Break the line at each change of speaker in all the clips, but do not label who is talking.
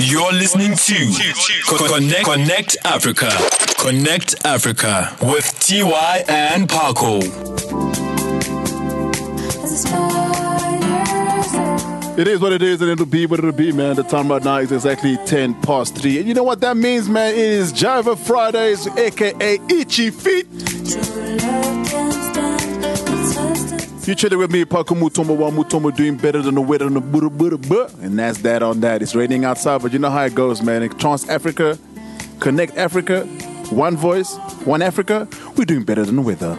You're listening to Connect, Connect Africa. Connect Africa with TY and Paco.
It is what it is, and it'll be what it'll be, man. The time right now is exactly 10 past 3. And you know what that means, man? It is Jiva Fridays, aka Itchy Feet. You chilling with me, Paku Mutombo wa Mutombo, doing better than the weather than the buru buru bu. And that's that on that. It's raining outside, but you know how it goes, man. In Trans Africa, Connect Africa, One Voice, One Africa, we're doing better than the weather.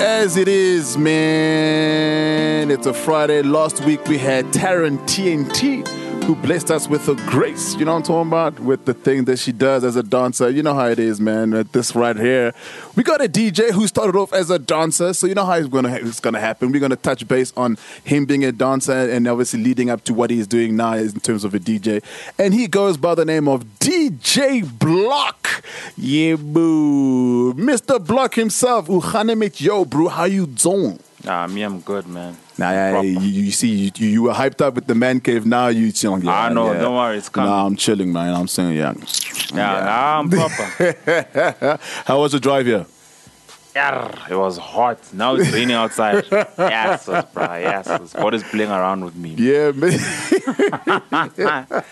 As it is, man. It's a Friday. Last week we had Taryn TNT, who blessed us with her grace. You know what I'm talking about? With the thing that she does as a dancer. You know how it is, man. With this right here, we got a DJ who started off as a dancer. So you know how it's gonna it's gonna happen. We're gonna touch base on him being a dancer and obviously leading up to what he's doing now in terms of a DJ. And he goes by the name of DJ Block. Yeah, boo. Mr. Block himself. Uhanemit, yo, bro. How you doing?
Nah, me, I'm good, man.
Nah, you, you see, you, you you were hyped up with the man cave. Now you chilling. Yeah,
I know,
yeah.
don't worry, it's coming.
Nah, I'm chilling, man. I'm saying, yeah.
Nah, nah, I'm proper.
How was the drive here?
Yarr, it was hot. Now it's raining outside. yes, bro. Yes, what is playing around with me?
Yeah, man.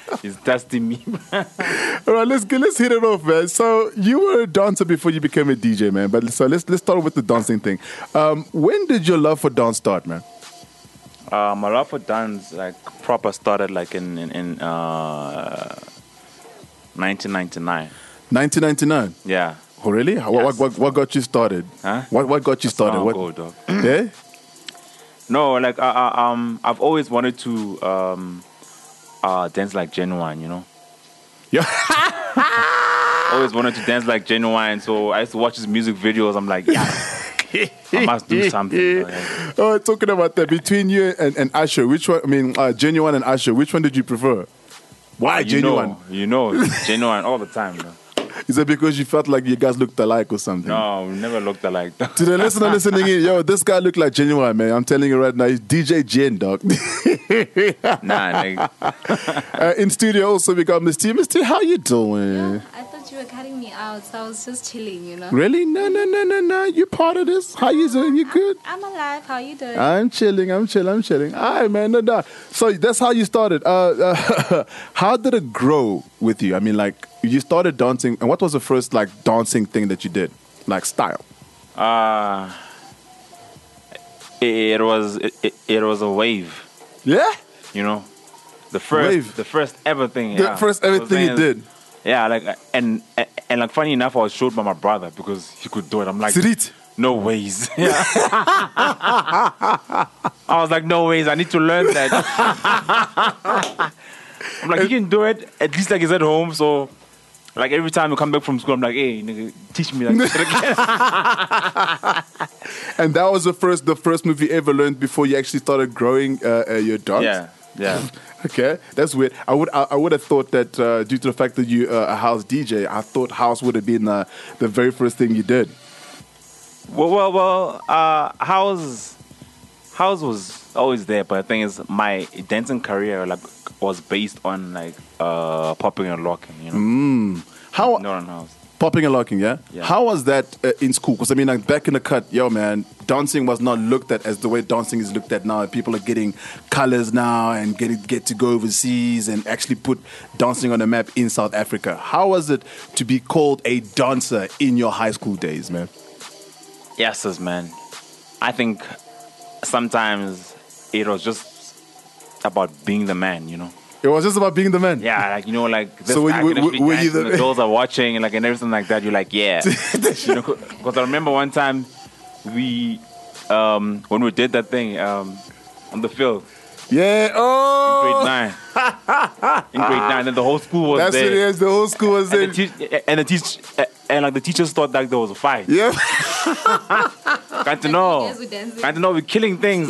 It's testing me.
All right, let's get, let's hit it off, man. So you were a dancer before you became a DJ, man. But so let's let's start with the dancing thing. Um, when did your love for dance start, man?
uh, my love for dance, like proper, started like in in, in uh, 1999.
1999.
Yeah.
Oh, really? How-
Yes.
What, what what got you started?
Huh?
What what got you started?
long
What?
ago, dog.
Yeah.
No, like I, I um, I've always wanted to um, uh, dance like genuine, you know.
Yeah.
always wanted to dance like genuine, so I used to watch his music videos. I'm like, yeah, I must do something. Like,
Oh, talking about that between you and, and Usher, which one? I mean, uh, genuine and Usher, which one did you prefer? Why
you
genuine?
know, you know, genuine all the time. Bro.
Is it because you felt like you guys looked alike or something?
No, we never looked alike. dog.
To the listener listening in, yo, this guy looked like genuine, man. I'm telling you right now, he's DJ Jen, dog.
nah, nigga.
uh, in studio also we got Mr. Mr. How you doing?
I thought you were cutting me out, so I was just chilling, you know.
Really? No, no, no, no, no. You part of this? How you doing? You good?
I'm alive. How you doing?
I'm chilling. I'm chilling. I'm chilling. All right, man. No doubt. So that's how you started. Uh, uh, how did it grow with you? I mean, like you started dancing, and what was the first like dancing thing that you did, like style?
Uh, it, it was it, it, it was a wave,
Yeah.
you know. The first,
Wave.
the first everything.
The
yeah.
first everything you
It was like-
did.
Yeah, like uh, and and- and like funny enough, I was showed by my brother because he could do it. I'm like,
Did it?
no ways. Yeah. I was like, no ways. I need to learn that. I'm like, you can do it. At least like he's at home, so. Like every time you come back from school, I'm like, "Hey, nigga, teach me that shit again."
And that was the first, the first move you ever learned before you actually started growing uh, uh, your dance.
yeah, yeah.
Okay, that's weird. I would I, I would have thought that uh, due to the fact that you uh, a house DJ, I thought house would have been uh, the very first thing you did.
Well, well, well. Uh, house, house was always there, but the thing is, my dancing career like was based on like uh, popping and locking, you know,
How
not on house.
popping and locking, yeah?
Yeah.
How was that uh, in school? Because I mean, like back in the cut, yo man, dancing was not looked at as the way dancing is looked at now. People are getting colors now and get get to go overseas and actually put dancing on the map in South Africa. How was it to be called a dancer in your high school days, man?
Yes, sis, man. I think sometimes it was just about being the man, you know.
It was just about being the man.
Yeah, like you know, like this
So were
guy
you-
can actually
were- were you
dance
the-
and the girls are watching and like and everything like that. You're like, yeah, you know, because I remember one time we um when we did that thing um on the field.
Yeah. Oh.
grade nine. in grade nine, and the whole school was
That's
there.
it is. The whole school was
And
there.
the, teach and the teach and like the teachers thought like there was a fight.
Yeah.
Can't know.
Yes, we dancing.
Can't know. We're killing things.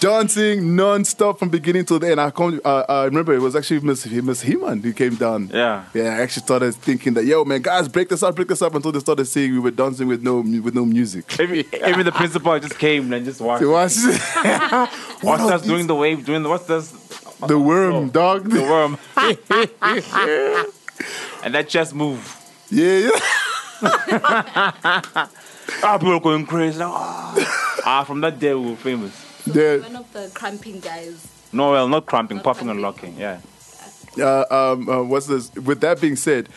dancing non-stop from beginning till the end. I can't, uh, I remember it was actually Miss Miss Heman who came down.
Yeah.
yeah. I actually started thinking that yo man, guys, break this up, break this up until they started saying we were dancing with no mu- with no music.
Maybe, maybe the principal just came and just walked.
It was
What's us doing the Oh. wave? Doing the what's this?
the worm, dog.
The worm. and that chest move.
yeah, yeah.
Ah, people are going crazy. Like, ah. Ah, from that day we were famous.
Yeah.
One of the cramping guys.
No, well, not cramping,
Not
puffing and
cramping.
locking. Yeah.
uh, um, uh, what's this? With that being said,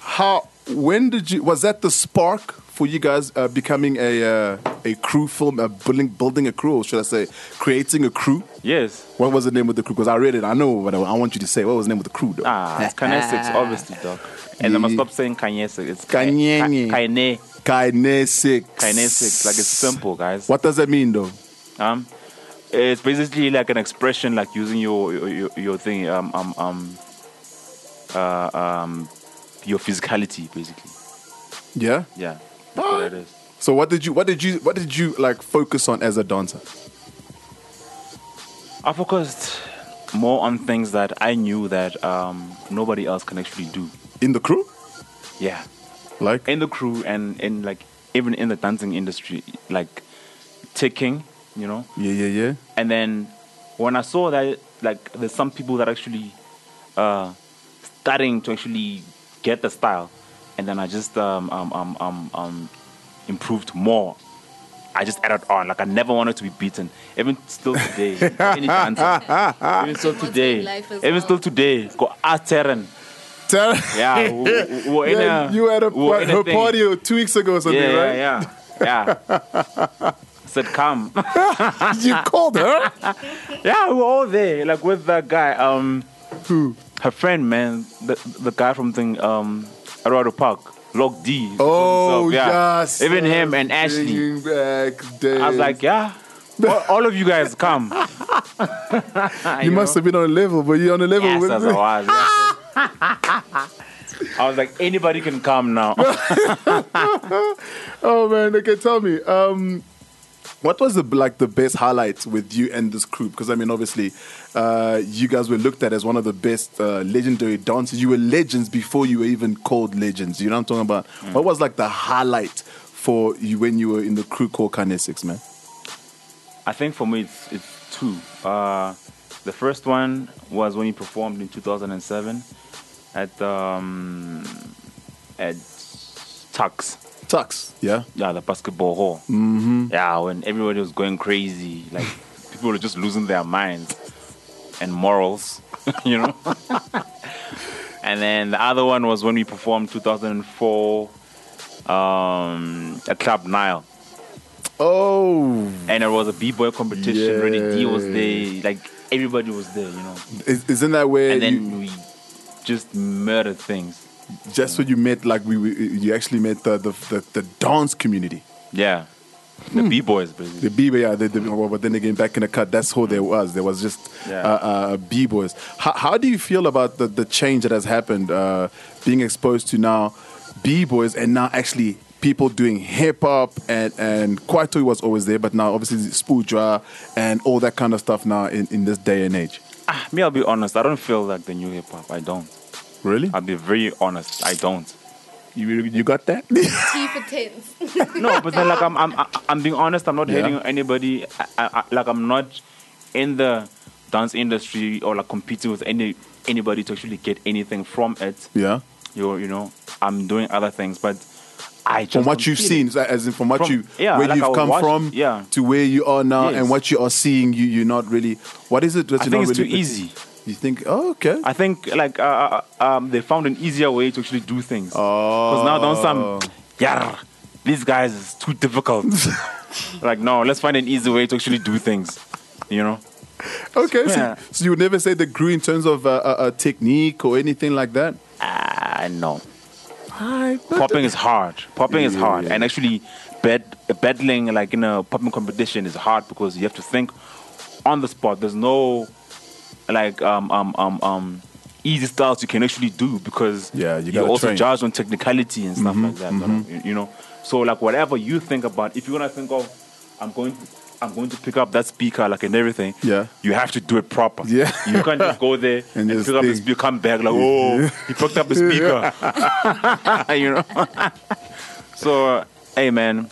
how when did you was that the spark for you guys uh, becoming a uh, a crew film, uh, building building a crew, or should I say, creating a crew?
Yes.
What was the name of the crew? Because I read it, I know what I, I want you to say. What was the name of the crew though?
Ah, it's kinesics, obviously, dog. And I must stop saying kinesics. It's
Kanye.
ki- ki- kine-
Kinesics.
kinesics. Like it's simple, guys.
What does that mean though?
Um, it's basically like an expression, like using your your, your, your thing, um, um, um, uh, um, your physicality, basically.
Yeah.
Yeah, that's what it is.
So what did you what did you what did you like focus on as a dancer?
I focused more on things that I knew that um, nobody else can actually do.
In the crew?
Yeah,
Like
in the crew and in like even in the dancing industry, like ticking, you know.
Yeah, yeah, yeah.
And then when I saw that, like, there's some people that actually uh, starting to actually get the style, and then I just um, um, um, um, um, improved more. I just added on. Like, I never wanted to be beaten. Even still today, any dancer, even still
What's in
today,
life as
even
well.
still today, go ask Taryn.
Tell-
Yeah, we- we- we're in
Yeah,
a-
you had a,
we're in
her
thing.
party two weeks ago or something,
Yeah,
right?
yeah, yeah. yeah. Said, come.
You called her?
Yeah, we were all there, like with that guy. Um,
Who?
her friend, man, the the guy from thing, um, Eduardo Park, Log D. he
Oh,
calls himself,
yes.
Even him and Ashley.
Bringing back days.
I was like, yeah, all, all of you guys come.
you must have been on a level, but you're on a level
Yes,
with
that's
me.
how I was. yeah. I was like, anybody can come now.
Oh man, okay, tell me. Um, what was the like the best highlight with you and this crew? Because I mean, obviously, uh, you guys were looked at as one of the best uh, legendary dancers. You were legends before you were even called legends. You know what I'm talking about?
Mm.
What was like the highlight for you when you were in the crew called Kinesics, man?
I think for me, it's, it's two. Uh, the first one was when he performed in 2007 at um, at Tux.
Tux, yeah.
Yeah, the basketball hall. Mm-hmm. Yeah, when everybody was going crazy, like people were just losing their minds and morals, you know. and then the other one was when we performed 2004 um, at Club Nile,
Oh,
and it was a b-boy competition. Ready D was
Yeah.
there, like everybody was there, you know.
is, isn't that where
And then
you,
we just murdered things.
just when you met like we, we you actually met the the, the, the dance community?
Yeah, the
Hmm.
b-boys, basically.
The B yeah, the, the, well, but then again, back in the cut, that's who there was. There was just
Yeah.
uh, uh, B boys. How, how do you feel about the, the change that has happened, uh, being exposed to now B boys and now actually people doing hip hop and and Kwaito was always there, but now obviously Spoojwa and all that kind of stuff now in, in this day and age.
Ah, me, I'll be honest. I don't feel like the new hip hop. I don't.
Really?
I'll be very honest. I don't.
You you got that?
Tea for tents.
No, but then like I'm, I'm, I- I'm being honest. I'm not
Yeah.
hating on anybody. I, I, I- like I'm not in the dance industry or like competing with any anybody to actually get anything from it.
yeah.
You, you know, I'm doing other things, but I just
From what
don't
you've
feel
seen,
it.
so as in from what
From-
you
yeah,
where
like I
you've come
watched-
from
yeah.
to where you are now
Yes.
and what you are seeing, you you're not really. What is it that
I
you're
think
not
it's
really
too easy.
You think, oh, okay.
I think like uh, uh, um, they found an easier way to actually do things.
Oh.
Because now don't some yeah, these guys is too difficult. like no, let's find an easy way to actually do things. You know.
okay,
Yeah.
so, so you would never say the grew in terms of uh, uh, uh, technique or anything like that?
Ah no.
I,
Popping is hard. Popping is
Yeah,
hard,
yeah.
and actually, bed, battling like in a popping competition is hard because you have to think on the spot. There's no like um um um um easy styles you can actually do because
Yeah, you
are
gotta
also
train. Mm-hmm,
judged on technicality and stuff like that. you know, You, you know, so like whatever you think about, if you're gonna think of, I'm going. I'm going to pick up that speaker, like and everything.
Yeah.
you have to do it proper.
Yeah.
you can't just go there
And
and,
just
pick up the
think.
speaker, come back like, oh, he fucked up the speaker. you know. so, uh, hey man,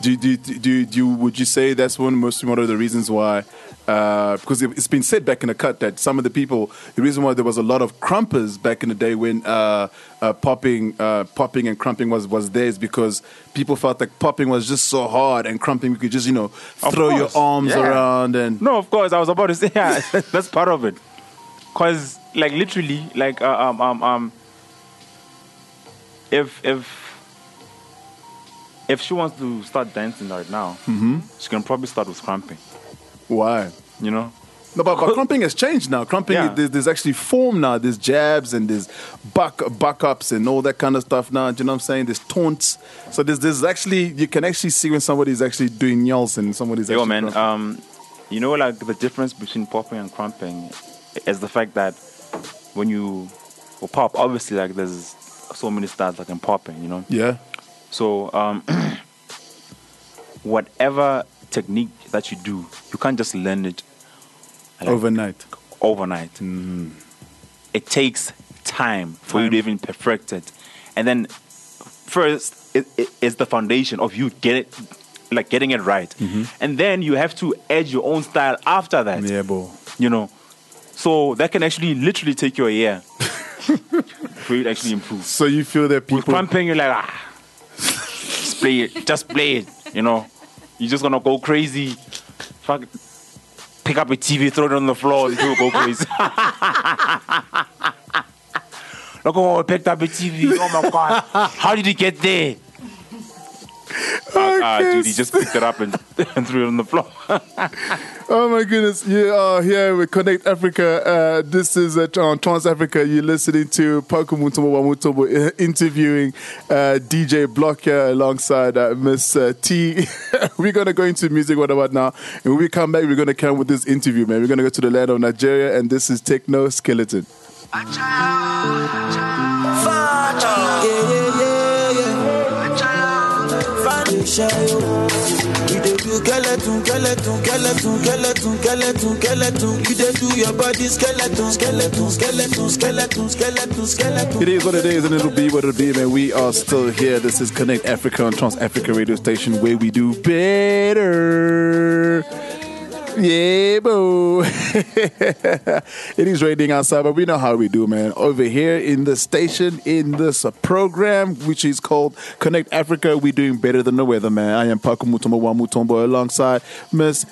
Do, do, do, do, do you- would you say that's one most one of the reasons why? Uh, because it, it's been said back in the cut that some of the people, the reason why there was a lot of crumpers back in the day when uh, uh, popping, uh, popping and crumping was was there is because people felt like popping was just so hard and crumping you could just you know throw your
course,
arms
yeah.
around and
No, of course. I was about to say yeah, that's part of it. Cause like literally, like uh, um um um, if if if she wants to start dancing right now, she can probably start with cramping.
why?
You know,
No, but, but crumping has changed now. Crumping,
Yeah.
there's, there's actually form now. There's jabs and there's back back ups and all that kind of stuff now. Do you know what I'm saying? There's taunts. So there's there's actually you can actually see when somebody's actually doing yells and somebody's
yo
actually
man,
crumping.
um, you know like the difference between popping and cramping is the fact that when you well, pop, obviously like there's so many styles like in popping. You know,
yeah,
So, um, whatever technique that you do, you can't just learn it like,
overnight.
overnight. Mm. It takes time for you to even perfect it, and then first it, it, it's the foundation of you get it, like getting it right, and then you have to add your own style after that.
Yeah, bro.
You know, so that can actually literally take you a year for you to actually improve
So you feel that
with
people
cramping, you're like, ah, just play it, just play it, you know. You're just gonna go crazy. Fuck, pick up a TV, throw it on the floor, and people go crazy. Look, oh, I picked up a TV. Oh my god, how did it get there? Ah, ah, dude, he just picked it up and, and threw it on the floor.
Oh my goodness, you are here with Connect Africa. Uh, this is uh, on Trans Africa. You're listening to Paku Mutombo wa Mutombo uh, interviewing uh, DJ Block here alongside uh, Miss uh, T. we're going to go into music, what about now? And when we come back, we're going to come with this interview, man. We're going to go to the land of Nigeria, and this is Techno Skeleton.
You dey do skeleton, skeleton, skeleton, skeleton, skeleton, skeleton. You dey do your body skeleton, skeleton, skeleton, skeleton, skeleton, skeleton.
It is what it is, and it'll be what it'll be, man. We are still here. This is Connect Africa on Trans Africa Radio Station, where we do better. Yeah, boo. it is raining outside, but we know how we do, man. Over here in the station, in this program, which is called Connect Africa, we're doing better than the weather, man. I am Paku Mutombo wa Mutombo alongside Miss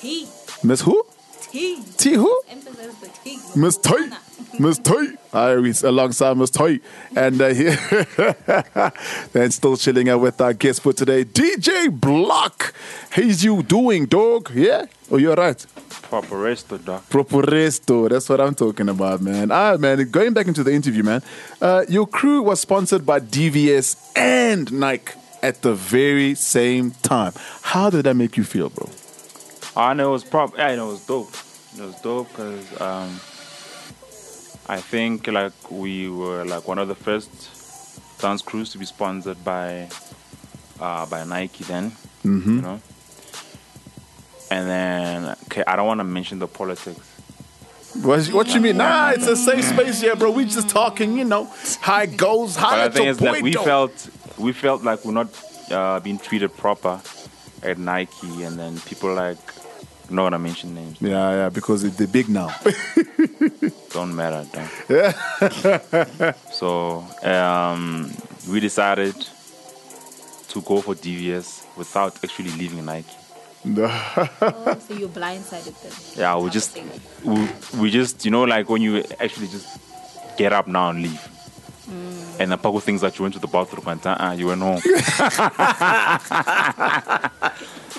Tea.
Miss who?
Tea.
T who?
Emphasize the tea.
Miss Toy. Miss Toy. I was alongside Miss Toy. And uh, here, and still chilling out with our guest for today, DJ Block. How's you doing, dog? Yeah? Oh, you're right.
Proper rest, doc.
Proper resto. That's what I'm talking about, man. Ah, man. Going back into the interview, man. Uh, your crew was sponsored by DVS and Nike at the very same time. How did that make you feel, bro?
I know it was prob. I know it was dope. It was dope because um, I think like we were like one of the first dance crews to be sponsored by uh, by Nike then. You know. And then okay, I don't want to mention the politics.
What, what you mean? Nah, it's a safe space here, bro. We just talking, you know, how it goes, how
But
Ah,
I
that's
think
your
it's like
point.
we
though.
felt we felt like we're not uh, being treated proper at Nike, and then people like I'm not gonna mention names.
Yeah, yeah, because it's the big now.
don't matter. Don't. so um, we decided to go for DVS without actually leaving Nike.
Oh, so you blindsided them.
Yeah, we just we, we just you know like when you actually just get up now and leave. And the couple things that you went to the bathroom and uh, you went home.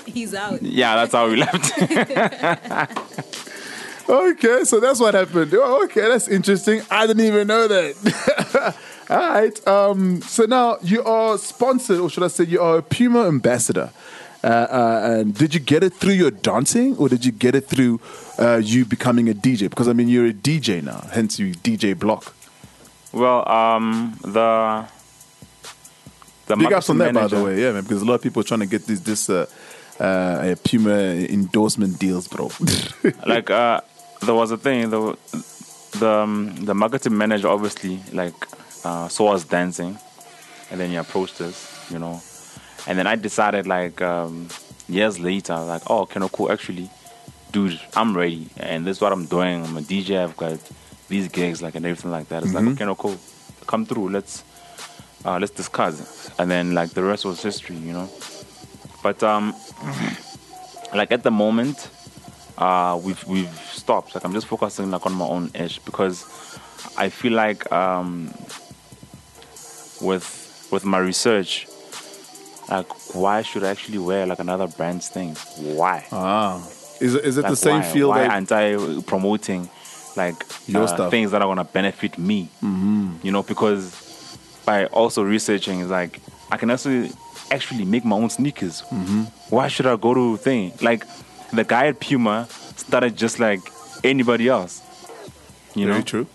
He's out.
yeah, that's how we left.
okay, so that's what happened. Oh, okay, that's interesting. I didn't even know that. All right. Um, so now you are sponsored, or should I say, you are a Puma ambassador. Uh, uh, and did you get it through your dancing, or did you get it through uh, you becoming a DJ? Because I mean, you're a DJ now, hence you DJ block.
Well, um, the the
Big ups on that, by the
marketing manager-
way, yeah, man. Because a lot of people are trying to get this this uh, uh, uh, Puma endorsement deals, bro.
like uh, there was a thing the the um, the marketing manager obviously like uh, saw us dancing, and then he approached us, you know, and then I decided like um, years later like oh Kenoko actually, dude I'm ready and this is what I'm doing I'm a DJ I've got these gigs like and everything like that it's like okay Kenoko come through let's uh, let's discuss it. and then like the rest was history you know, but um like at the moment uh, we've we've stopped. Like I'm just focusing like on my own edge because I feel like um, with with my research, like why should I actually wear like another brand's thing? Why?
ah, is it- is it
Like,
the same
why?
field?
Why
that-
aren't I promoting like
Your
uh,
stuff.
things that are gonna benefit me? Mm-hmm. You know, because by also researching, it's like I can actually actually make my own sneakers. Mm-hmm. Why should I go to thing like the guy at Puma started just like anybody else? You
Very
know,
true.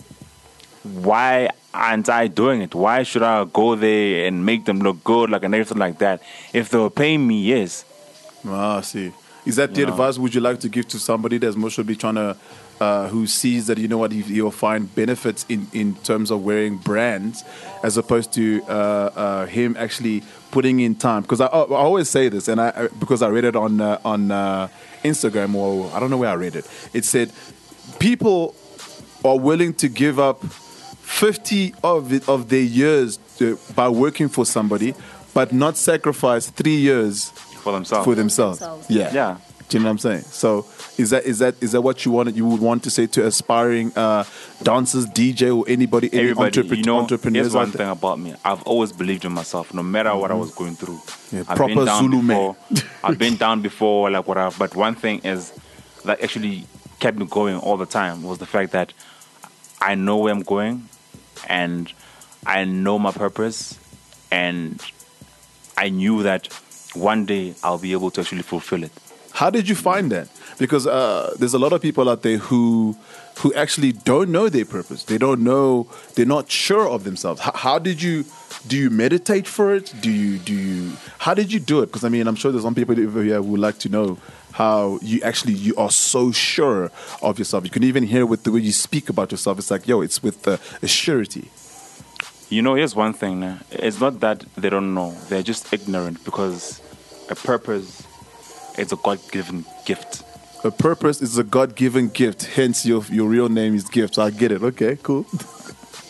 why aren't I doing it? Why should I go there and make them look good, like and everything like that? If they were paying me, yes,
Ah, I see. Is that the
You know.
advice would you like to give to somebody that's most should be trying to, uh, who sees that you know what he, he'll find benefits in in terms of wearing brands, as opposed to uh, uh, him actually putting in time? Because I, I I always say this, and I I- because I read it on uh, on uh, Instagram or I don't know where I read it. It said people are willing to give up 50 of it, of their years to, by working for somebody, but not sacrifice three years
for themselves.
for themselves.
Themselves.
Yeah.
Yeah.
Do you know what I'm saying? So is that is that is that what you want you would want to say to aspiring uh, dancers, DJ, or anybody, any
everybody,
entrepre-
you know,
entrepreneurs
here's one
out there? Mm-hmm.
thing about me. I've always believed in myself, no matter what I was going through.
Yeah, proper Zulu man.
before. I've been down before, like whatever. But one thing is that actually kept me going all the time was the fact that I know where I'm going, and I know my purpose, and I knew that one day I'll be able to actually fulfill it.
How did you find that? Because uh, there's a lot of people out there who who actually don't know their purpose. They don't know. They're not sure of themselves. How, how did you? Do you meditate for it? Do you do you? How did you do it? Because I mean, I'm sure there's some people over here who would like to know how you actually you are so sure of yourself. You can even hear with the way you speak about yourself. It's like yo, it's with uh, a surety.
You know, here's one thing. eh, It's not that they don't know; they're just ignorant because a purpose is a God-given gift.
A purpose is a God-given gift. Hence, your your real name is gift. So I get it. Okay, cool.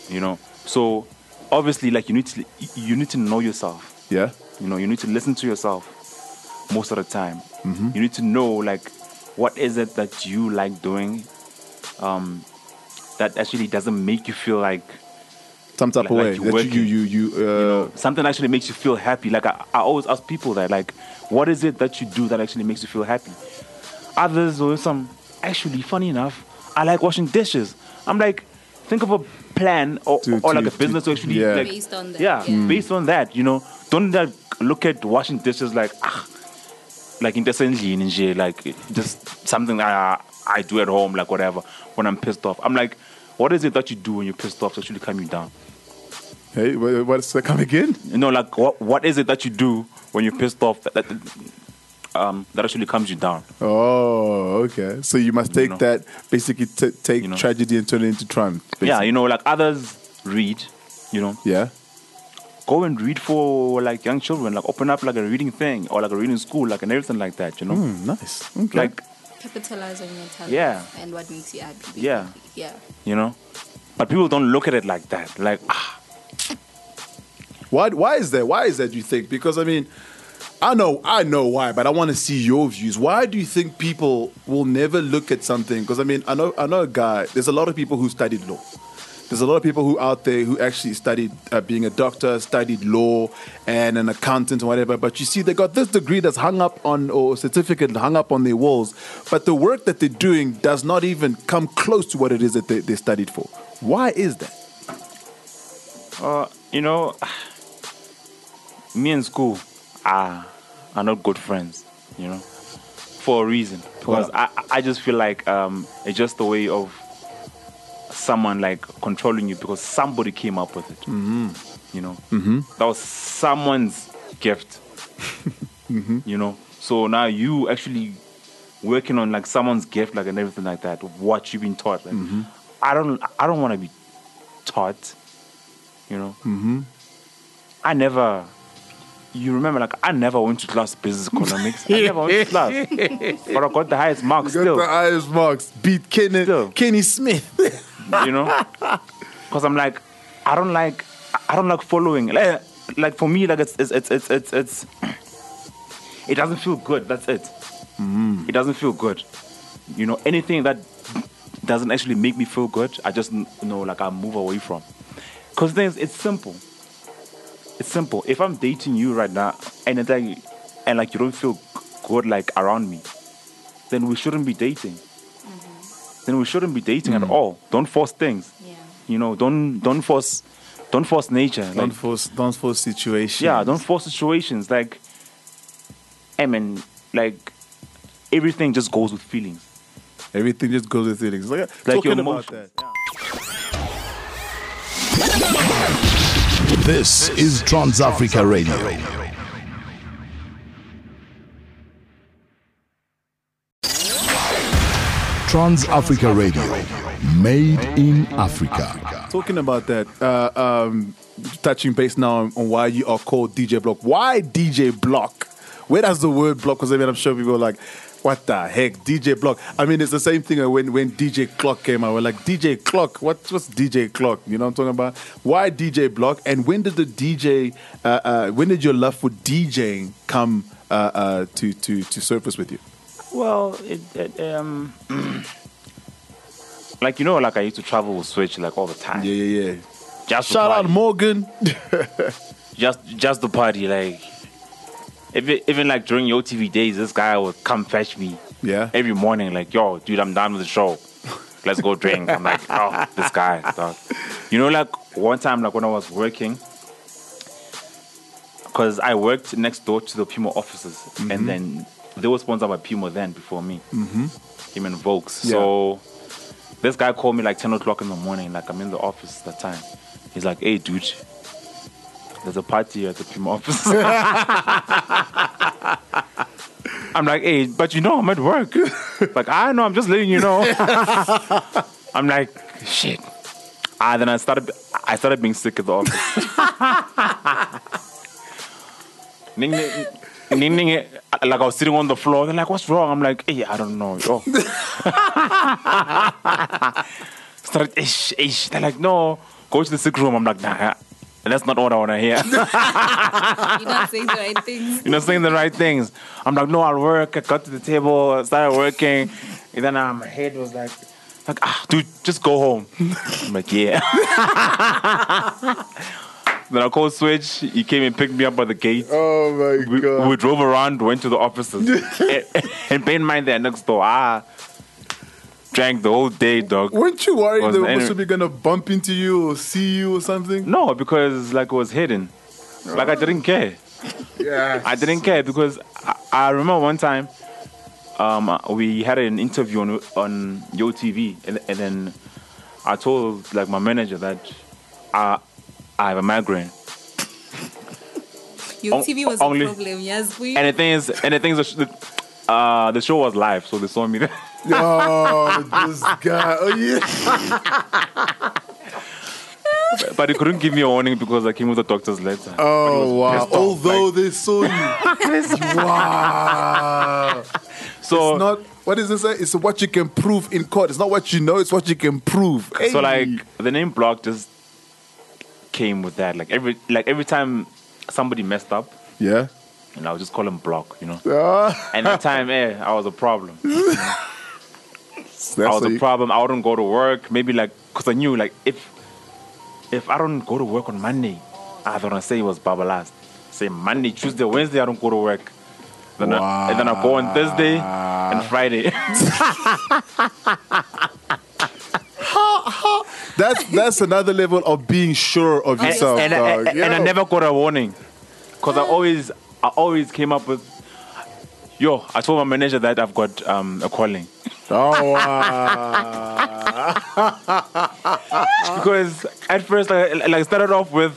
You know, so obviously, like you need to, you need to know yourself.
Yeah.
You know, you need to listen to yourself most of the time. You need to know like what is it that you like doing, um, that actually doesn't make you feel like
Some type
Like-
of
like
way
you
that you
working.
you you, uh,
you know, something actually makes you feel happy. Like I, I always ask people that, like, what is it that you do that actually makes you feel happy? Others or some actually funny enough, I like washing dishes. I'm like, think of a plan or,
To-
or like
to-
a business
to-
to, actually
yeah.
like,
Based on that,
Yeah,
yeah. Mm.
based on that, you know, don't like look at washing dishes like ah, like indecently nje, like just something that I, I do at home, like whatever. When I'm pissed off, I'm like, what is it that you do when you're pissed off to actually calm you down?
Hey, wha- what's that come again?
you know, like what what is it that you do when you're pissed off that that, um, that actually calms you down?
Oh, okay. So you must take
know.
that basically t- take
You know.
tragedy and turn it into triumph.
Yeah,
basically.
you know, like others read, you know,
yeah.
go and read for like young children, like open up like a reading thing or like a reading school, like and everything like that, you know,
Mm, nice. Okay.
like
capitalize on your talent
Yeah.
and what makes you happy.
Yeah.
Yeah.
you know, but people don't look at it like that, like ah,
why? Why is that? Why is that? You think? Because I mean, I know, I know why, but I want to see your views. Why do you think people will never look at something? Because I mean, I know, I know a guy. There's a lot of people who studied law. There's a lot of people who out there who actually studied uh, being a doctor, studied law, and an accountant or whatever. But you see, they got this degree that's hung up on or certificate hung up on their walls, but the work that they're doing does not even come close to what it is that they, they studied for. Why is that?
uh, you know, me in school, ah, are not good friends, you know, for a reason. Because I, I- I just feel like um, it's just a way of someone like controlling you because somebody came up with it. Mm-hmm. You know, mm-hmm. that was someone's gift. You know, so now you actually working on like someone's gift, like and everything like that. What you've been taught. Like, I don't, I don't want to be taught. You know, mm-hmm. I never. You remember, like I never went to class business economics. I never went to class, but I got the highest marks
Got
still.
the highest marks. Beat Kenny,
Still.
Kenny Smith.
you know because i'm like i don't like i don't like following like, like for me like it's it's it's it's it's, it's it doesn't feel good that's it it doesn't feel good you know anything that doesn't actually make me feel good i just n- know like i move away from because things it's simple it's simple if i'm dating you right now and it's like and like you don't feel g- good like around me then we shouldn't be dating then we shouldn't be dating at all don't force things
Yeah.
you know don't don't force don't force nature
don't
like,
force, don't force situation.
yeah don't force situations like i mean like everything just goes with feelings
Everything just goes with feelings. Like,
like
talking
your
about
emotions
that.
This is Trans Africa Radio. Trans Africa Radio, made in Africa.
Talking about that, uh, um, touching base now on, on why you are called DJ Block. Why DJ Block? Where does the word block? Because I mean, I'm sure people are like, what the heck, DJ Block? I mean, it's the same thing uh, when, when DJ Clock came out. We're like, DJ Clock? What, what's DJ Clock? You know what I'm talking about? Why DJ Block? And when did the DJ, uh, uh, when did your love for DJing come uh, uh, to, to, to surface with you?
well it, it, um like you know like i used to travel with switch like all the time
Yeah, yeah, yeah.
just
Shout out
the party.
Morgan.
just just the party like even, even like during your TV days, this guy would come fetch me.
Yeah.
Every morning, like, yo, dude, I'm done with the show. Let's go drink. I'm like, oh, this guy. Dog. You know, like one time, like when I was working, because I worked next door to the Puma offices, and then they were sponsored by Puma then before me, mm-hmm. him and Volks. So this guy called me like 10 o'clock in the morning, like I'm in the office at that time. He's like, hey, dude, there's a party at the Puma office. I'm like, hey, but you know I'm at work. like, I know, I'm just letting you know. I'm like, shit. Ah, then I started I started being sick at the office. Ning- ning- ning- ning- like I was sitting on the floor, they're like, what's wrong? I'm like, hey, I don't know. Yo. started ish, ish. They're like, no, go to the sick room. I'm like, nah, that's not what I wanna hear.
You're not saying the right things.
you know, saying the right things. I'm like, no, I'll work. I got to the table, I started working. And then uh, my head was like, like, ah, dude, just go home. I'm like, yeah. then I called Switch. He came and picked me up by the gate.
Oh my
we, we drove around, went to the offices. and, and bear in mind, they're next door. Ah, drank the whole day, dog.
Weren't you worried
Was
they
the
were
enemy-
supposed to be gonna bump into you or see you or something?
No, because like it was hidden. Like I didn't care.
Yeah.
I didn't care because I, I remember one time um, we had an interview on on Yo TV, and, and then I told like my manager that I I have a migraine.
Your
On-
TV was
only-
a problem. Yes, we.
And the thing is, and the thing is, the, sh- uh, the show was live, so they saw me. There.
Oh, this guy. Oh yeah.
but they couldn't give me a warning because I came with the doctor's letter.
Oh wow.
pissed off,
Although they saw you. wow.
so
It's not. What does it say? It's what you can prove in court. It's not what you know. It's what you can prove. Hey.
So like the name block just came with that. Like every like every time somebody messed up,
Yeah.
and I would just call him block, you know.
Ah,
And that time, eh, I was a problem.
that's
I was
how
a
you-
problem. I wouldn't go to work. Maybe like, cause I knew like if if I don't go to work on Monday, I don't say it was Baba last. Say Monday, Tuesday, Wednesday, I don't go to work. Then I, and then I go on Thursday and Friday.
That's that's another level of being sure of
and,
yourself.
and I,
dog.
and I
Yo.
never got a warning because I always I always came up with yo, I told my manager that I've got um, a calling.
Oh, wow.
because at first, like, I- like, started off with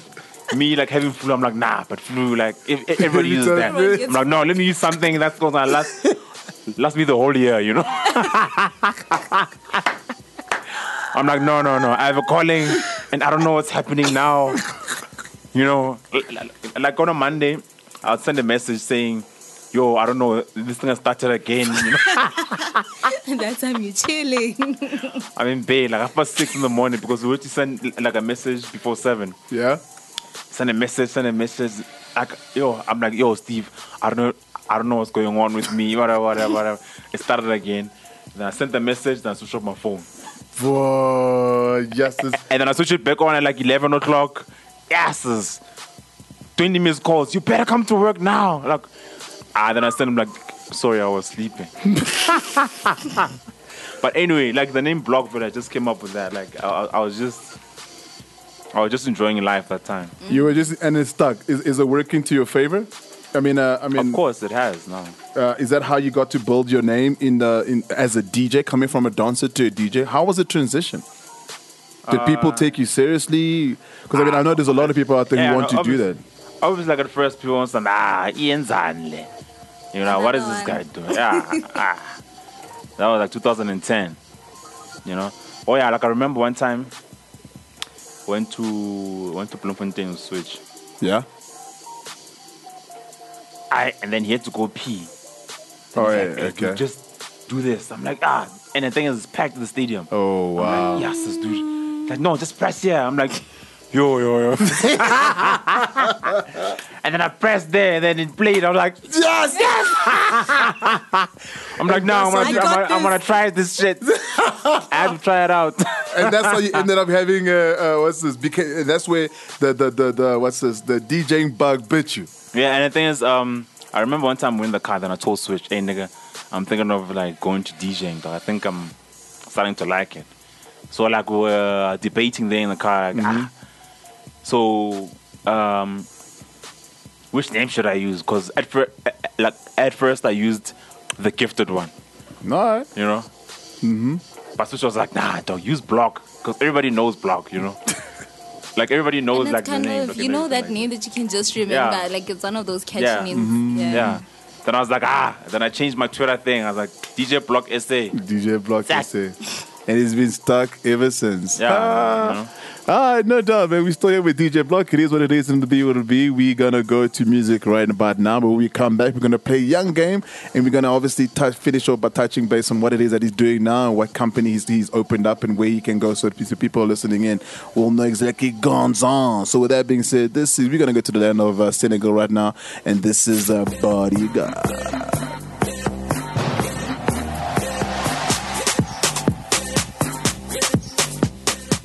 me like having flu. I'm like, nah, but flu, like, if, if everybody uses that.
Everybody
I'm like, no, let me use something that's gonna last, last me the whole year, you know? I'm like, no, no, no. I have a calling, and I don't know what's happening now. You know, l- l- like on a Monday, I'll send a message saying, "Yo, I don't know. This thing has started again." You know?
that time you're chilling.
I'm in bed like half past six in the morning because we were to send l- like a message before seven.
yeah.
Send a message, send a message. Like, yo, I'm like, yo, Steve, I don't know, I don't know what's going on with me. Whatever, whatever, whatever. It started again. Then I sent the message, then I switched off my phone,
Boy, yes, it's-
and then I switched it back on at like eleven o'clock. Asses, twenty minutes calls. You better come to work now. Like, ah, then I sent him like, sorry, I was sleeping. But anyway, like the name Blockville, I just came up with that. Like I, I I was just, I was just enjoying life that time.
you were just and it's stuck. Is, is it working to your favor? I mean, uh, I
Of
mean,
course, it has now.
uh, is that how you got to build your name in the in as a DJ, coming from a dancer to a DJ? How was the transition? Did people take you seriously? Because I mean, I know there's a lot of people out there
Uh, Yeah,
who want
no,
to do that.
obvious- Obviously, like at first, people want some ah Ian Zanle. You know what is
Another
this
one.
guy doing? Yeah, ah. that was like 2010. You know. Oh yeah, like I remember one time, went to went to Bloemfontein with Switch.
Yeah.
I and then he had to go pee.
All
He's
right.
like, "Hey, dude,
Oh, Okay.
Just do this. I'm like ah, and the thing is, it's packed the stadium.
Oh wow.
Yes, this dude. Like, no, just press here. I'm like, yo, yo, yo. and then I pressed there, and then it played. I'm like, yes, yes. I'm like, no, I'm
I got
gonna, I'm, gonna, I'm gonna try this shit. I have to try it out.
and that's how you ended up having uh, uh, what's this? Beca- that's where the, the the the what's this? The DJing bug bit you.
yeah, and the thing is, um, I remember one time we we're in the car, then I told Switch, hey, nigga, I'm thinking of like going to DJing, dog. I think I'm starting to like it. So like we were uh, debating there in the car. Like, ah. So um, which name should I use? Because at fir- eh, eh, like at first I used the gifted one,
No.
you know. Mm-hmm. But Switch was like, nah, dog, use block because everybody knows block, you know. like everybody knows
and
like
it's
the
kind
name.
of,
like,
you know
everybody
that
knows.
name that you can just remember.
Yeah.
Like it's one of those catchy
Yeah. Mm-hmm.
names. Yeah.
Yeah. Then I was like, ah. Then I changed my Twitter thing. I was like, DJ Block SA.
DJ Block
Zack.
say. And it's been stuck ever since.
Yeah,
Ah,
you know.
ah, no doubt, man. We still here with DJ Block. It is what it is, and to be what it be. We're gonna go to music right about now. But when we come back, we're gonna play Young Game, and we're gonna obviously touch, finish off by touching base on what it is that he's doing now, and what company he's, he's opened up, and where he can go, so that so people listening in will know exactly goings on. So with that being said, this is we're gonna go to the land of uh, Senegal right now, and this is uh, a bodyguard.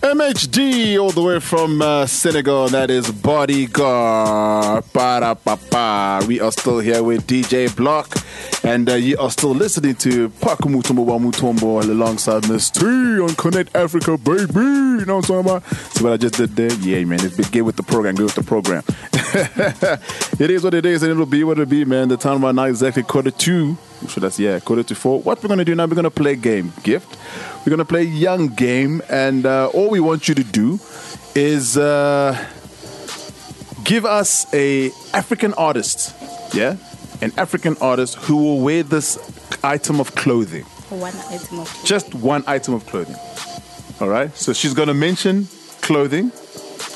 MHD all the way from uh, Senegal. That is Bodyguard. Ba-da-ba-ba. We are still here with DJ Block, and uh, you are still listening to Paku Mutombo wa Mutombo alongside Miss T on Connect Africa, baby. You know what I'm talking about? See what I just did there? Yeah, man. It's been get with the program. Get with the program. it is what it is, and it'll be what it'll be, man. The time right now is exactly quarter two. So that's yeah, quarter to four. What we're gonna do now? We're gonna play game gift. We're gonna play young game, and uh, all we want you to do is uh, give us a African artist. Yeah, an African artist who will wear this item of clothing.
One item of
Just one item of clothing. All right. So she's gonna mention clothing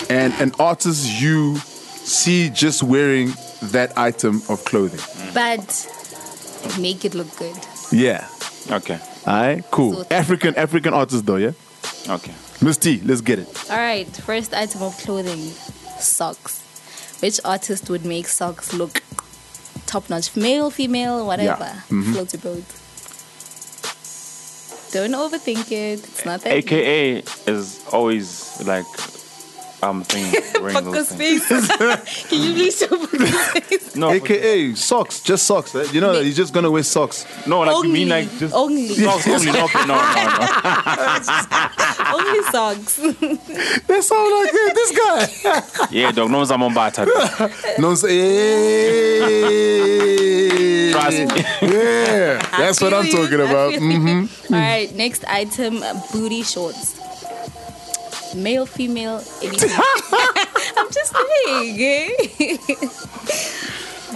and an artist you see just wearing that item of clothing.
but make it look good.
Yeah.
Okay.
All right, cool.
So-
African African artist though, yeah.
Okay.
Miss T, let's get it.
All right, first item of clothing, socks. Which artist would make socks look top notch? Male, female, whatever.
Mm-hmm.
Floats your boat. Don't overthink it. It's not that.
AKA is always like, I'm thinking, wearing those
Focus
things.
face. Can you please show focus face?
No,
AKA socks, just socks. eh? You know that he's just gonna wear socks.
no, like you
only,
mean like just
only,
socks only. No, okay, no, no, no.
only socks.
That sound like eh, this guy.
Yeah, dog. No, I'm on
no, say, hey.
Try ask me.
yeah, that's what I'm
Feel you,
talking
I
about. Mm-hmm.
feel you. All right, next item uh, booty shorts. Male, female, anything. I'm just saying. eh?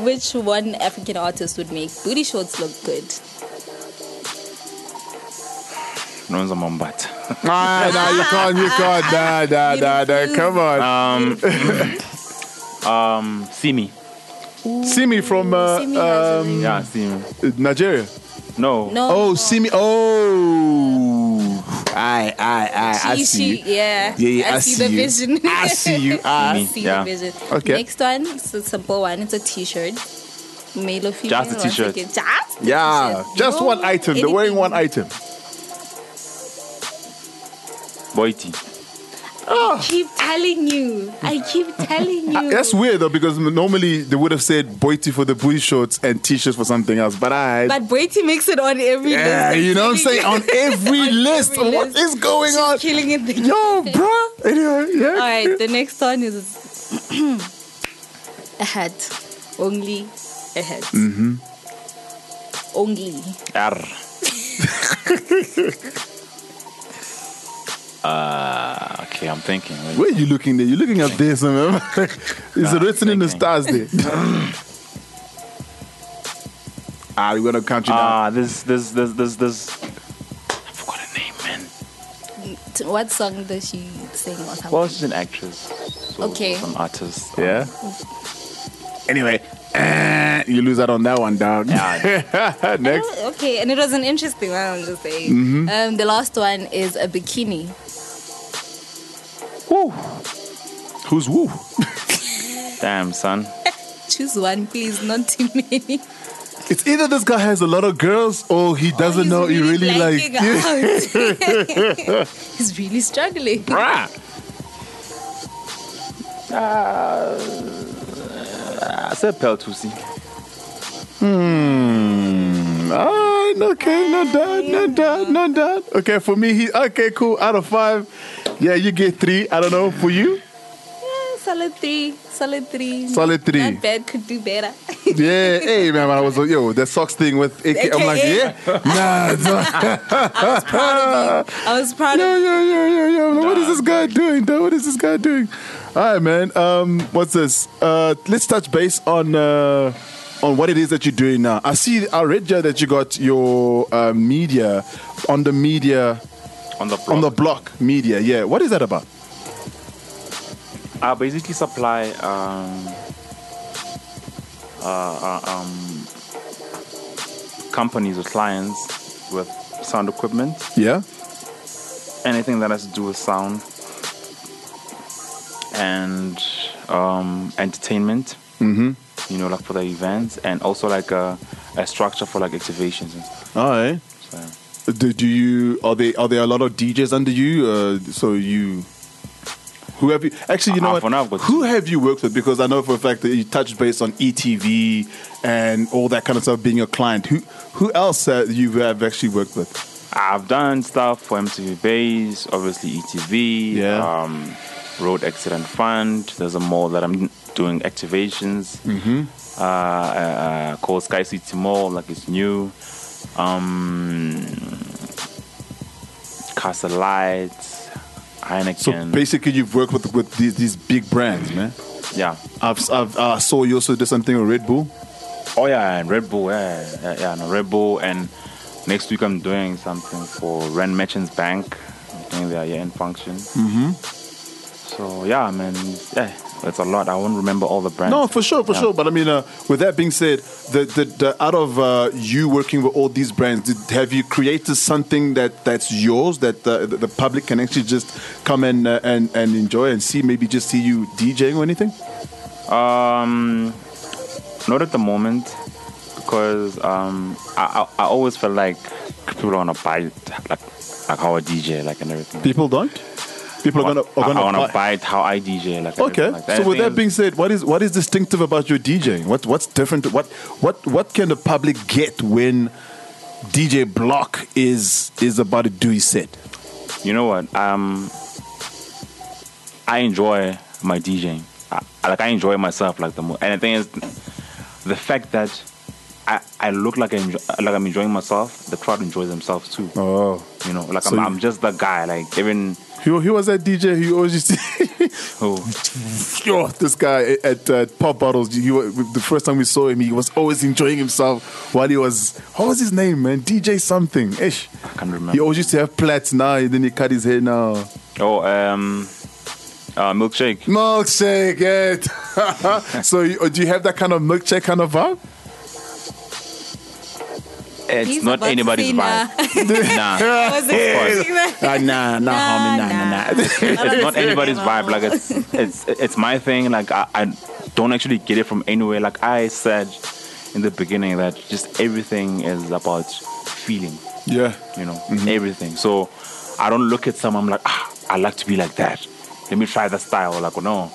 Which one African artist would make booty shorts look good?
No one's a mombat.
Nah, Ah, nah, you can't, you can't. Nah, nah, nah, nah. Come on.
See me.
Simi from uh,
Simi
um,
has a really-
Yeah, see me.
Nigeria.
No.
no,
Oh,
no.
Simi. Oh, I, I, I, I
She-
see
she-
you.
yeah,
Yeah,
I,
yeah, I
see,
see
the
you.
vision.
I see you. I-
I see
Yeah.
the vision.
Okay.
Next one, it's a simple one. It's a T-shirt. Male or female?
Just a
once
t-shirt.
again. Just a
Yeah,
t-shirt.
just
No,
one item. They're wearing
anything.
one item.
Boiti.
I keep telling you. I keep telling you.
Ah, Uh, That's weird though, because normally they would have said boiti for the booty shorts and t-shirts for something else. But I,
But Brady makes it on every
yeah,
list.
you know what I'm saying? On every list,
every
what
list.
is going on?
Killing it.
Yo, bro. Anyway, yeah.
All right, the next one is a hat. Only a hat. Mm-hmm. Only.
R. uh, okay, I'm thinking.
Where are you looking there? You're looking at this, man. it's written in the
thinking.
stars there. Ah, we're gonna count you down.
Ah, this, this, this, this, this. I forgot her name, man.
T- What song does she sing or something?
Well, she's an actress. So
Okay.
An artist.
Yeah. Anyway, eh, you lose out on that one, dog. Next.
Oh, okay, and it was an interesting one, I'm just saying.
Mm-hmm.
Um, the last one is a bikini.
Woo. Who's woo?
Damn, son.
Choose one, please, not too many.
It's either this guy has a lot of girls or he doesn't
He's
know he really like.
blanking out. He's really struggling.
Bruh.
I said Peltusi.
Alright, okay, no doubt, no doubt, no doubt. Okay, for me, he okay, cool. Out of five, yeah, you get three. I don't know for you,
Yeah, solid three, solid three.
solid three.
Not bad, could do better.
Yeah, hey man, I was like, yo, the socks thing with AK. I'm like,
AKA.
yeah, nah, it's not- Ah.
I was proud
yo,
of
yo, yo, yo, yo. I'm like, What is this guy doing? though? What is this guy doing? All right, man. Um, what's this? Uh, let's touch base on uh, on what it is that you're doing now. I see, I read yeah, that you got your uh, media on the media
On the block.
on the block media. Yeah, what is that about?
I basically supply um, uh, uh, um, companies or clients with sound equipment,
Yeah,
anything that has to do with sound and um, entertainment. Mm-hmm. You know, like for the events and also like a, a structure for like activations and stuff.
all right.
So,
Do, do you are they are there a lot of DJs under you? Uh, so you who have you actually? You know
Uh,
what?
for now I've got
who
two.
have you worked with? Because I know for a fact that you touched base on ETV and all that kind of stuff. Being a client, who who else uh, you have actually worked with?
I've done stuff for MTV Base, obviously ETV,
Yeah.
um, Road Accident Fund. There's a mall that I'm doing activations mm-hmm. uh, uh, called Sky City Mall, like it's new. Um, Castle Lights,
So
Heineken.
basically, you've worked with with these, these big brands, man.
yeah.
I've, I've I saw you also did something with Red Bull.
Oh, yeah, and Red Bull. Yeah, yeah, yeah no, Red Bull. And next week I'm doing something for Ren Merchants Bank. I think they are here in function. Mm-hmm. So, yeah, I mean, yeah, it's a lot. I won't remember all the brands.
No, for sure, for
Yeah.
sure. But I mean, uh, with that being said, the, the, the out of uh, you working with all these brands, did, have you created something that, that's yours that the, the public can actually just come and, uh, and and enjoy and see? Maybe just see you DJing or anything?
Um, not at the moment because um, I, I, I always felt like people want to buy it, like like how I DJ like and everything.
People don't. People are gonna
I,
are gonna.
want
buy-
to buy it how I DJ like. and
Okay.
everything Like that.
so with
The
that
thing
being said, what is what is distinctive about your DJing? What what's different? What what what can the public get when DJ Block is is about to do his set?
is, you know what? Um, I enjoy my DJing. I, I- like I enjoy myself like the most. And the thing is, the fact that I I look like I'm like I'm enjoying myself. The crowd enjoys themselves too.
Oh.
You know, like
So
I'm,
you-
I'm just the guy. Like even
He, he was that DJ who you always used to.
oh,
Yo, this guy at uh, Pop Bottles, he, wa- the first time we saw him, he was always enjoying himself while he was. What was his name, man? DJ something. Ish.
I can't remember.
He always used to have plaits now, and then he cut his hair now.
Oh, um, uh, milkshake.
Milkshake, yeah. so, you, do you have that kind of milkshake kind of vibe?
It's
He's
not
about to
anybody's
say nah.
vibe. nah.
I was expecting that.
Ah, nah, nah, homie, nah, nah, nah.
It's not
Nah.
anybody's vibe. Like it's it's it's my thing. Like I, I don't actually get it from anywhere. Like I said in the beginning that just everything is about feeling.
Yeah.
You know, everything. So I don't look at someone like ah, I like to be like that. Let me try that style. Like no,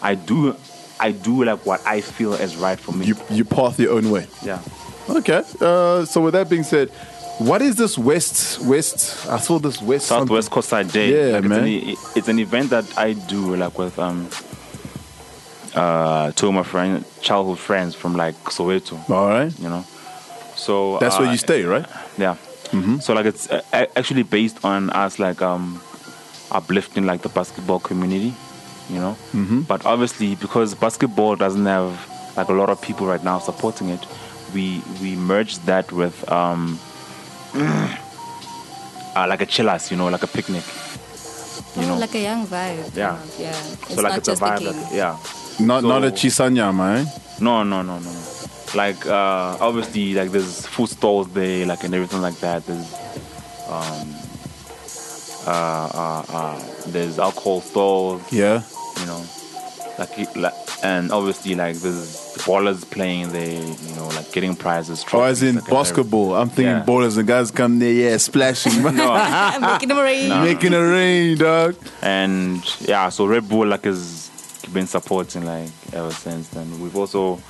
I do. I do like what I feel is right for me.
You, you path your own way.
yeah.
Okay. Uh, so, with that being said, what is this West? West? I saw this West. something.
Southwest Costa Day.
Yeah,
like
man.
It's an, e-, it's an event that I do like with um uh two of my friend childhood friends from like Soweto,
All right.
you know. So
Oh. That's
uh,
where you stay, right?
Yeah. So like it's uh, a- actually based on us like um uplifting like the basketball community, you know. But obviously because basketball doesn't have like a lot of people right now supporting it, we we merged that with um uh, like a chillas, you know, like a picnic. You
Oh,
know.
like a young vibe.
Yeah.
Yeah. It's
so like
not
it's a
just a
vibe,
game.
like, yeah.
Not not a
So-
chisanyama, eh?
No, no, no, no. Like uh, obviously, like there's food stalls there, like and everything like that. There's um, uh, uh, uh, there's alcohol stalls,
Yeah.
you know, like, it- like and obviously like there's ballers playing there, you know, like getting prizes.
Or as
trophies,
Oh, in
like, and everything.
basketball. I'm thinking
Yeah.
ballers and guys come there, yeah, splashing,
No.
I'm making them rain.
making a rain, dog.
and yeah, so Red Bull like has been supporting like ever since then. We've also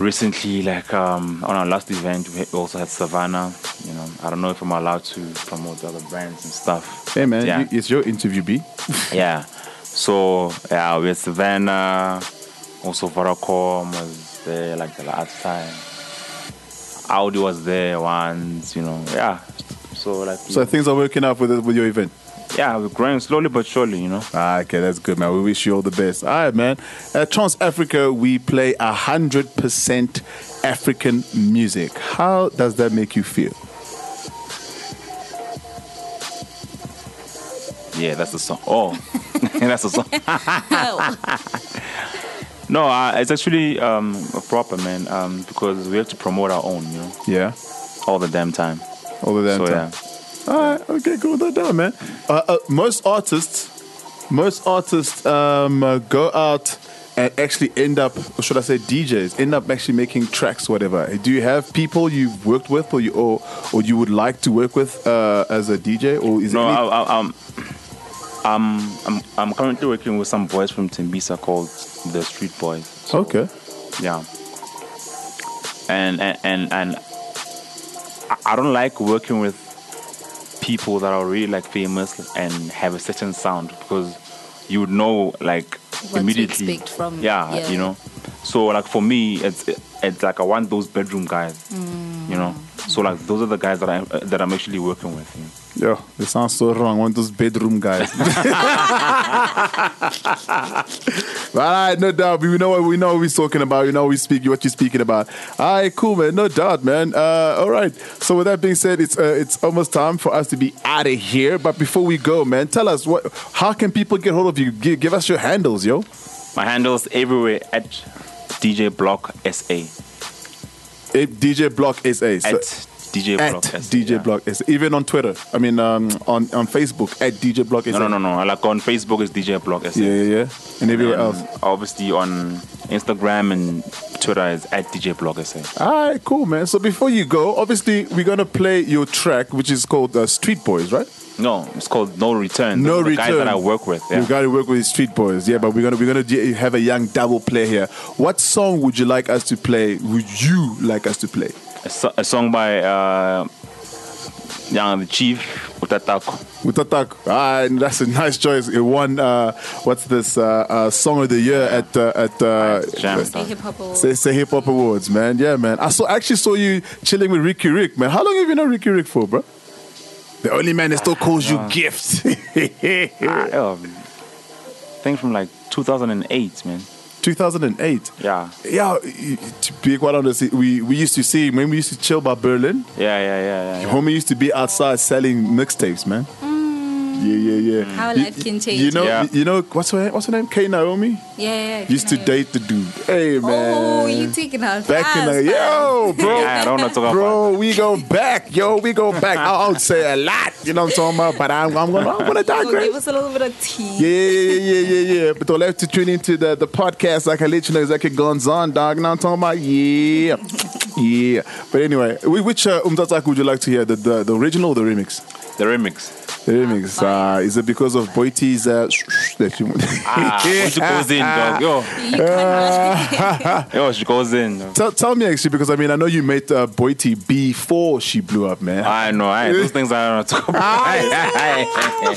recently like um, on our last event we also had Savannah. You know, I don't know if I'm allowed to promote other brands and stuff.
Hey man,
Yeah.
you- it's your interview, B.
Yeah. So yeah, we had Savannah. Also Varacom was there like the last time. Audi was there once, you know. Yeah. So like
So things are working out with with your event.
yeah, we're growing slowly but surely, you know.
Ah, okay, that's good, man. We wish you all the best. All right, man. At Trans Africa, we play hundred percent African music. How does that make you feel?
Yeah, that's the song. Oh, that's the song.
Oh,
No, uh, it's actually um, proper, man, um, because we have to promote our own, you know,
Yeah.
all the damn time.
All of that.
so,
time.
yeah.
All right, okay, cool. That down, man. Uh, uh, most artists, most artists um, uh, go out and actually end up, or should I say, DJs end up actually making tracks, whatever. Do you have people you've worked with, or you or, or you would like to work with uh, as a DJ, or is
No,
it?
I,
any-
I, I'm, I'm, I'm, I'm currently working with some boys from Timbisa called the Street Boys. So,
okay,
Yeah. And, and, and, and I- I don't like working with people that are really like famous and have a certain sound because you would know like
What to
immediately
expect from-
yeah,
yeah.
you know so like for me it's it's like i want those bedroom guys
Mm.
you know so like those are the guys that i uh, that i'm actually working with you know.
yeah, this sounds so wrong. One of those bedroom guys. All right, no doubt. We know what we know what we're talking about. We know what we speak what you're speaking about. All right, cool, man. No doubt, man. Uh, all right. So with that being said, it's uh, it's almost time for us to be out of here. But before we go, man, tell us what. How can people get hold of you? Give, give us your handles, yo.
my handles everywhere at dj block sa
It, DJ Block SA. So-
at dj
at
block SA,
DJ
yeah.
Block SA. Even on Twitter. I mean, um, on on Facebook at DJ Block SA.
no no no no like on facebook is dj block sa
Yeah, yeah, yeah. And everywhere
And
else.
Obviously on Instagram and Twitter is at DJ Blogger. say.
All right, cool, man. So before you go, obviously we're gonna play your track, which is called uh, Street Boys, right?
No, it's called No Return.
No
Those are the Guys
Return.
that I work with.
We've
Yeah.
got to work with the Street Boys, yeah. But we're gonna we're gonna d- have a young double play here. What song would you like us to play? Would you like us to play?
A, so- a song by uh, Young the Chief, Utatakwa.
Utatak. Ah, and that's a nice choice. It won. Uh, what's this uh, uh, song of the year at uh, at uh,
Jam.
The hip hop awards.
say, say Hip Hop Awards, man? Yeah, man. I saw actually saw you chilling with Ricky Rick, man. How long have you known Ricky Rick for, bro? The only man that still calls you gift.
Ah, um, thing from like 2008, man.
2008.
Yeah,
Yeah, to be quite honest, we, we used to see when we used to chill by Berlin.
yeah, yeah, yeah. yeah, yeah.
Homie used to be outside selling mixtapes, man. Yeah, yeah, yeah.
Mm. How
You-
life can change.
You know,
Yeah.
you know what's her what's her name? K Naomi
Yeah, yeah. yeah,
used to
can I-
date the dude. Hey man,
Oh, you taking out
back in the yo, bro,
Yeah, I don't know. Talk about
bro, we go back, yo, we go back. I, I would say a lot, you know what I'm talking about, but I'm, I'm gonna I'm gonna digress.
Give us a little bit of tea.
Yeah, yeah, yeah, yeah, yeah, yeah. But don't have to tune into the, the podcast. I can let you know exactly guns on, dog. Now I'm talking about yeah, yeah. But anyway, whi- which uh, umtataka would you like to hear? The, the the original or the remix?
the remix.
The remix. Uh, is it because of Boiti's uh, that you?
Ah, when she goes in, dog. Yo,
You can't rush it.
yo, she goes in. dog.
Tell, tell me actually because I mean I know you met uh, Boiti before she blew up, man.
I know. I, those things I don't know. Talk about.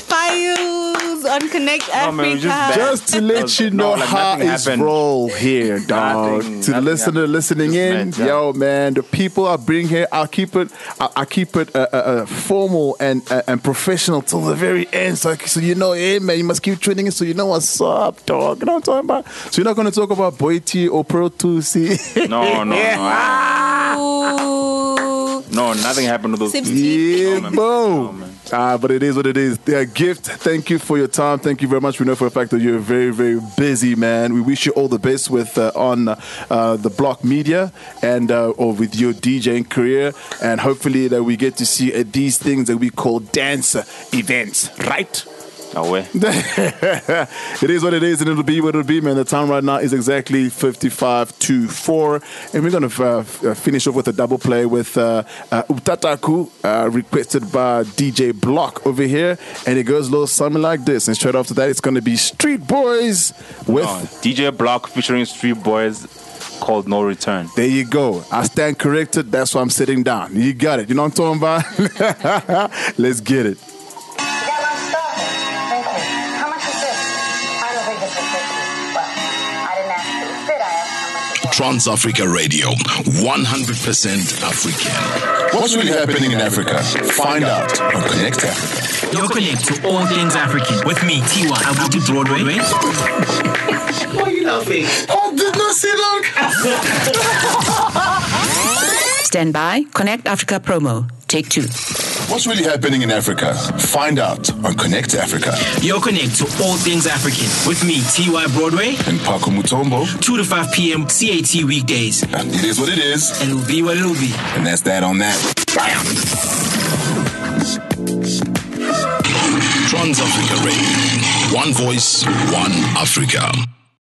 Files on Connect
No, Oh, man,
Africa.
we just back.
just to let you
No,
know
like
how
nothing
it's
happened.
roll here, dog.
Nothing-
to the
nothing
listener
happened.
listening in,
Just mad, yeah.
yo, man, the people I bring here, I'll keep it, I, I keep it uh, uh, uh, formal and uh, and professional till the very end. So, so you know, hey man, you must keep tuning in, so you know what's up, dog. You know what I'm talking about. So you're not gonna talk about Boiti or Pro 2C.
No, no, no. I-
Ooh.
no, nothing happened to those.
Sips
people.
tea.
Yeah,
man.
bro.
Oh, man.
Ah, but it is what it is. Yeah, gift. Thank you for your time. Thank you very much. We know for a fact that you're very, very busy, man. We wish you all the best with uh, on uh, the Block Media and uh, or with your DJing career, and hopefully that we get to see uh, these things that we call dance events, right?
No way.
it is what it is, and it'll be what it'll be, man. The time right now is exactly 55 to 4. And we're going to uh, f- uh, finish off with a double play with uh, uh, Utataku, uh, requested by DJ Block over here. And it goes a little something like this. And straight after that, it's going to be Street Boys with.
No, DJ Block featuring Street Boys called No Return.
There you go. I stand corrected. That's why I'm sitting down. You got it. You know what I'm talking about? Let's get it.
Yeah, my stuff. Thank you. How much is this? I don't think this is 50. Well, I didn't ask you. Did I ask how much it was?
Trans Africa Radio, 100% African. What's really happening in Africa? Find out on Connect Africa.
Your connect to all things African with me, Tiwa Abuti Broadway.
Stand by. Connect Africa promo. Take two.
What's really happening in Africa? Find out on Connect Africa.
Your connect to all things African with me, Tiwa Broadway,
And Paco Mutombo,
2 to 5 p.m. CAT weekdays.
and it is what it is.
And it'll be what it'll be.
And that's that on that. Bam! Trans Africa Radio. One voice, one Africa.